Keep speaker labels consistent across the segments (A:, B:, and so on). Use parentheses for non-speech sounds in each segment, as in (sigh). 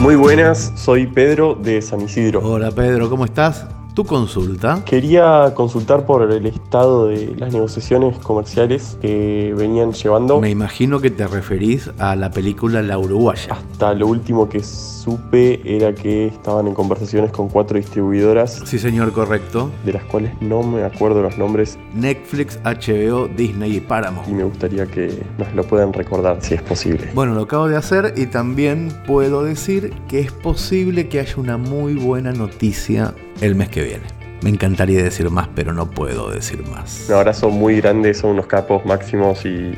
A: Muy buenas, soy Pedro de San Isidro.
B: Hola Pedro, ¿cómo estás? Tu consulta.
A: Quería consultar por el estado de las negociaciones comerciales que venían llevando.
B: Me imagino que te referís a la película La Uruguaya.
A: Hasta lo último que supe era que estaban en conversaciones con cuatro distribuidoras,
B: Sí, señor, correcto.
A: de las cuales no me acuerdo los nombres
B: Netflix, HBO, Disney y
A: y
B: Paramount.
A: me gustaría que nos lo puedan recordar si es posible.
B: Bueno, lo acabo de hacer y también puedo decir que es posible que haya una muy buena noticia el mes que viene. Me encantaría decir más, pero no puedo decir más.
A: Un abrazo muy grande, son unos capos máximos y,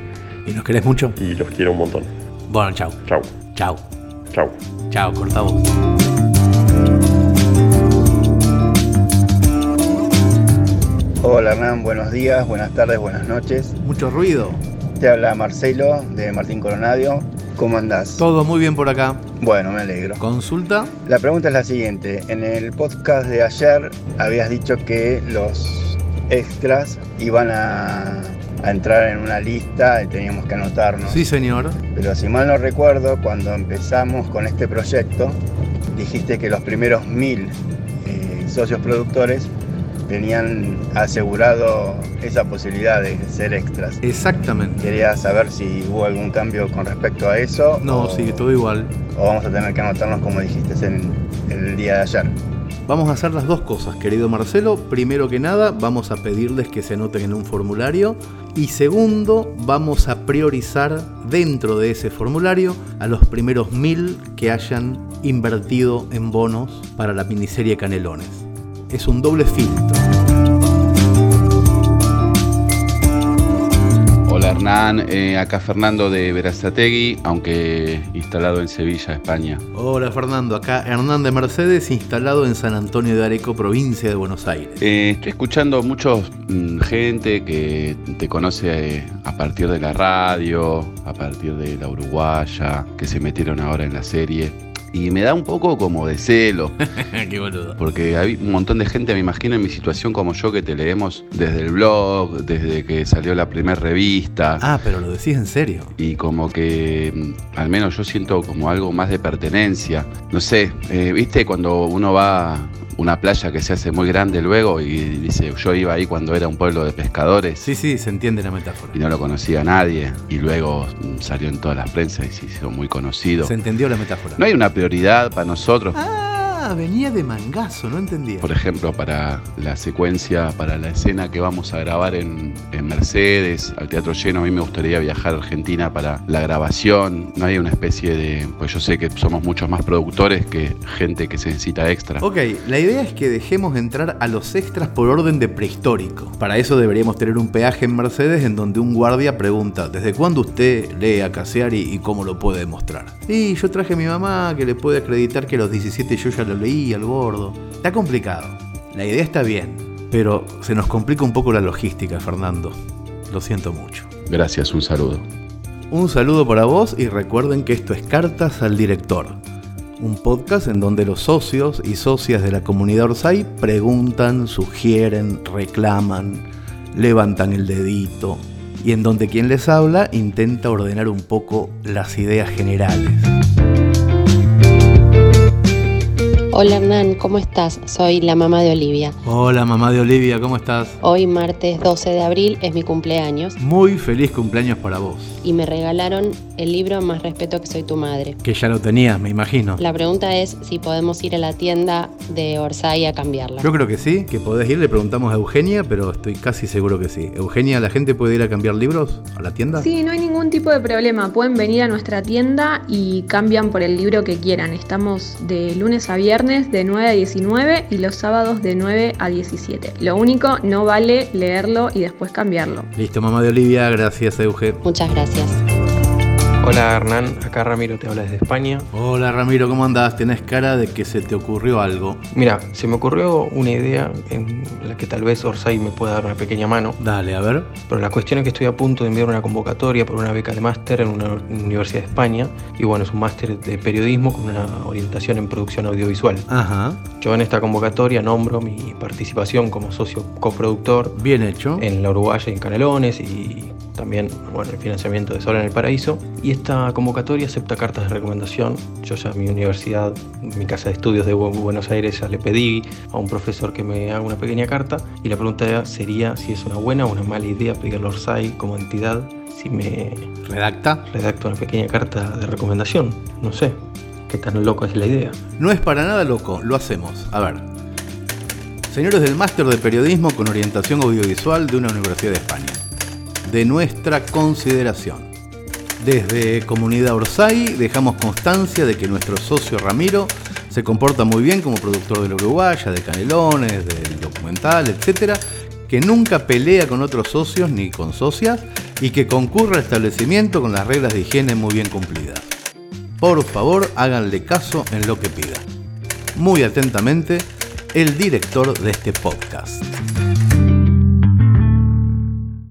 B: ¿Y nos querés mucho?
A: y los quiero un montón.
B: Bueno, chao.
A: Chau,
B: Chao.
A: chau.
B: Chao, cortamos.
C: Hola Hernán, buenos días, buenas tardes, buenas noches.
B: Mucho ruido.
C: Te habla Marcelo de Martín Coronadio. ¿Cómo andás?
B: Todo muy bien por acá.
C: Bueno, me alegro.
B: Consulta.
C: La pregunta es la siguiente. En el podcast de ayer habías dicho que los extras iban a, a entrar en una lista y teníamos que anotarnos.
B: Sí, señor.
C: Pero si mal no recuerdo, cuando empezamos con este proyecto, dijiste que los primeros mil eh, socios productores tenían asegurado esa posibilidad de ser extras.
B: Exactamente.
C: Quería saber si hubo algún cambio con respecto a eso.
B: No,
C: o,
B: sigue todo igual.
C: o vamos a tener que anotarnos como dijiste en, en el día de ayer.
B: Vamos a hacer las dos cosas, querido Marcelo. Primero que nada, vamos a pedirles que se anoten en un formulario. Y segundo, vamos a priorizar dentro de ese formulario a los primeros mil que hayan invertido en bonos para la miniserie Canelones. Es un doble filtro.
D: Hola Hernán, eh, acá Fernando de Verazategui, aunque instalado en Sevilla, España.
B: Hola Fernando, acá Hernán de Mercedes, instalado en San Antonio de Areco, provincia de Buenos Aires.
D: Eh, estoy escuchando mucha gente que te conoce eh, a partir de la radio, a partir de la uruguaya, que se metieron ahora en la serie. Y me da un poco como de celo,
B: (laughs) Qué boludo.
D: porque hay un montón de gente, me imagino, en mi situación como yo, que te leemos desde el blog, desde que salió la primera revista.
B: Ah, pero lo decís en serio.
D: y como que mm, al menos yo siento como algo más de pertenencia. No sé, eh, viste cuando uno va a una playa que se hace muy grande luego y dice yo iba ahí cuando era un pueblo de pescadores
B: Sí, sí, se entiende la metáfora.
D: y no lo conocía nadie y luego mm, salió en todas las prensas y se hizo muy conocido.
B: Se entendió la metáfora.
D: No hay una prioridad para nosotros.
B: Ah, venía de mangazo, no entendía.
D: Por ejemplo, para la secuencia, para la escena que vamos a grabar en, en Mercedes, al teatro lleno, a mí me gustaría viajar a Argentina para la grabación. No hay una especie de. Pues yo sé que somos muchos más productores que gente que se necesita extra.
B: Ok, la idea es que dejemos entrar a los extras por orden de prehistórico. Para eso deberíamos tener un peaje en Mercedes en donde un guardia pregunta, ¿desde cuándo usted lee a Cassiari y cómo lo puede demostrar? Y yo traje a mi mamá que le puede acreditar que a los 17 yo ya lo leí al gordo. Está complicado. La idea está bien, pero se nos complica un poco la logística, Fernando. Lo siento mucho.
D: Gracias, un saludo.
B: Un saludo para vos y recuerden que esto es Cartas al Director, un podcast en donde los socios y socias de la comunidad Orsay preguntan, sugieren, reclaman, levantan el dedito y en donde quien les habla intenta ordenar un poco las ideas generales.
E: Hola Hernán, ¿cómo estás? Soy la mamá de Olivia.
B: Hola mamá de Olivia, ¿cómo estás?
E: Hoy martes 12 de abril es mi cumpleaños
B: Muy feliz cumpleaños para vos,
E: y me regalaron el libro Más respeto que soy tu madre.
B: que ya lo tenías, me imagino.
E: La pregunta es si podemos ir a la tienda de Orsay a cambiarla.
B: Yo creo que sí, que podés ir, le preguntamos a Eugenia, pero estoy casi seguro que sí. Eugenia, ¿la gente puede ir a cambiar libros a la tienda?
F: Sí, no hay ningún tipo de problema. Pueden venir a nuestra tienda y cambian por el libro que quieran. Estamos de lunes a viernes de 9 a 19 y los sábados de 9 a 17. Lo único, no vale leerlo y después cambiarlo.
B: Listo, mamá de Olivia, gracias Euge.
E: Muchas gracias.
G: Hola Hernán, acá Ramiro te habla desde España.
B: Hola Ramiro, ¿cómo andás? Tenés cara de que se te ocurrió algo.
G: Mira, se me ocurrió una idea en la que tal vez Orsay me pueda dar una pequeña mano,
B: Dale, a ver.
G: pero la cuestión es que estoy a punto de enviar una convocatoria por una beca de máster en una universidad de España, y bueno, es un máster de periodismo con una orientación en producción audiovisual.
B: Ajá,
G: Yo en esta convocatoria nombro mi participación como socio coproductor
B: bien hecho.
G: en La Uruguaya y en Canelones y también bueno, el financiamiento de Sol en el Paraíso. Y Esta convocatoria acepta cartas de recomendación. Yo ya en mi universidad, en mi casa de estudios de Bu- Buenos Aires, ya le pedí a un profesor que me haga una pequeña carta y la pregunta sería si es una buena o una mala idea pedirle a Orsay como entidad si me
B: Redacta.
G: redacto una pequeña carta de recomendación. No sé, qué tan loco es la idea.
B: No es para nada loco, lo hacemos. A ver. Señores del Máster de Periodismo con Orientación Audiovisual de una Universidad de España. De nuestra consideración. Desde Comunidad Orsay dejamos constancia de que nuestro socio Ramiro se comporta muy bien como productor de la Uruguaya, de Canelones, del documental, etc. Que nunca pelea con otros socios ni con socias y que concurre al establecimiento con las reglas de higiene muy bien cumplidas. Por favor, háganle caso en lo que pida. Muy atentamente, el director de este podcast.